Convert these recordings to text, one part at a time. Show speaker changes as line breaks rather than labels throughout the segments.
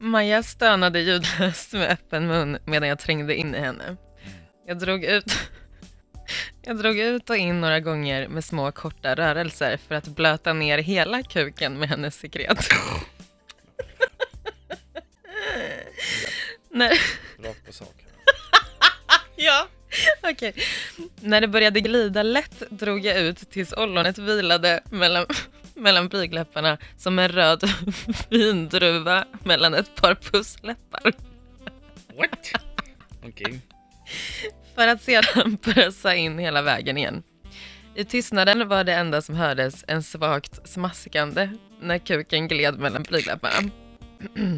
Maja stönade ljudlöst med öppen mun medan jag trängde in i henne. Jag drog ut, jag drog ut och in några gånger med små korta rörelser för att blöta ner hela kuken med hennes sekret. När,
Rakt på sak.
ja, okej. När det började glida lätt drog jag ut tills ollonet vilade mellan, mellan blygläpparna som en röd vindruva mellan ett par pussläppar.
What? Okej.
för att sedan pressa in hela vägen igen. I tystnaden var det enda som hördes en svagt smaskande när kuken gled mellan blygdläpparna.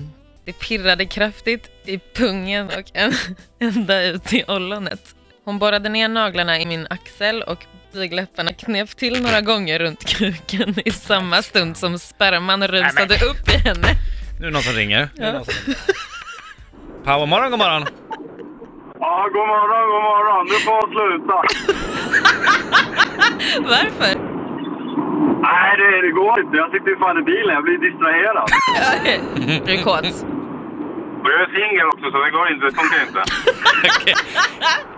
Det pirrade kraftigt i pungen och en, ända ut i ollonet. Hon borrade ner naglarna i min axel och blygdläpparna knep till några gånger runt kuken i samma stund som sperman rusade upp i henne.
Nu är det någon som ringer.
Ja. någon
Power morgon, god morgon.
Ja, god morgon, god morgon. Du får sluta.
Varför?
Nej, det, det går inte. Jag sitter ju fan i bilen. Jag blir distraherad.
Är du kåt?
Och jag är singel också, så det går inte. Det funkar inte.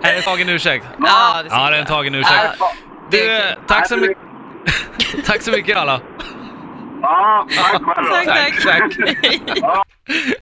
Är det en tagen ursäkt?
Ja, det
Ja, det är en tagen ursäkt.
Ja, det
Du,
är
eh, tack så
Nej,
mycket. Tack så mycket alla.
Ja, tack själv.
Tack, tack.
tack.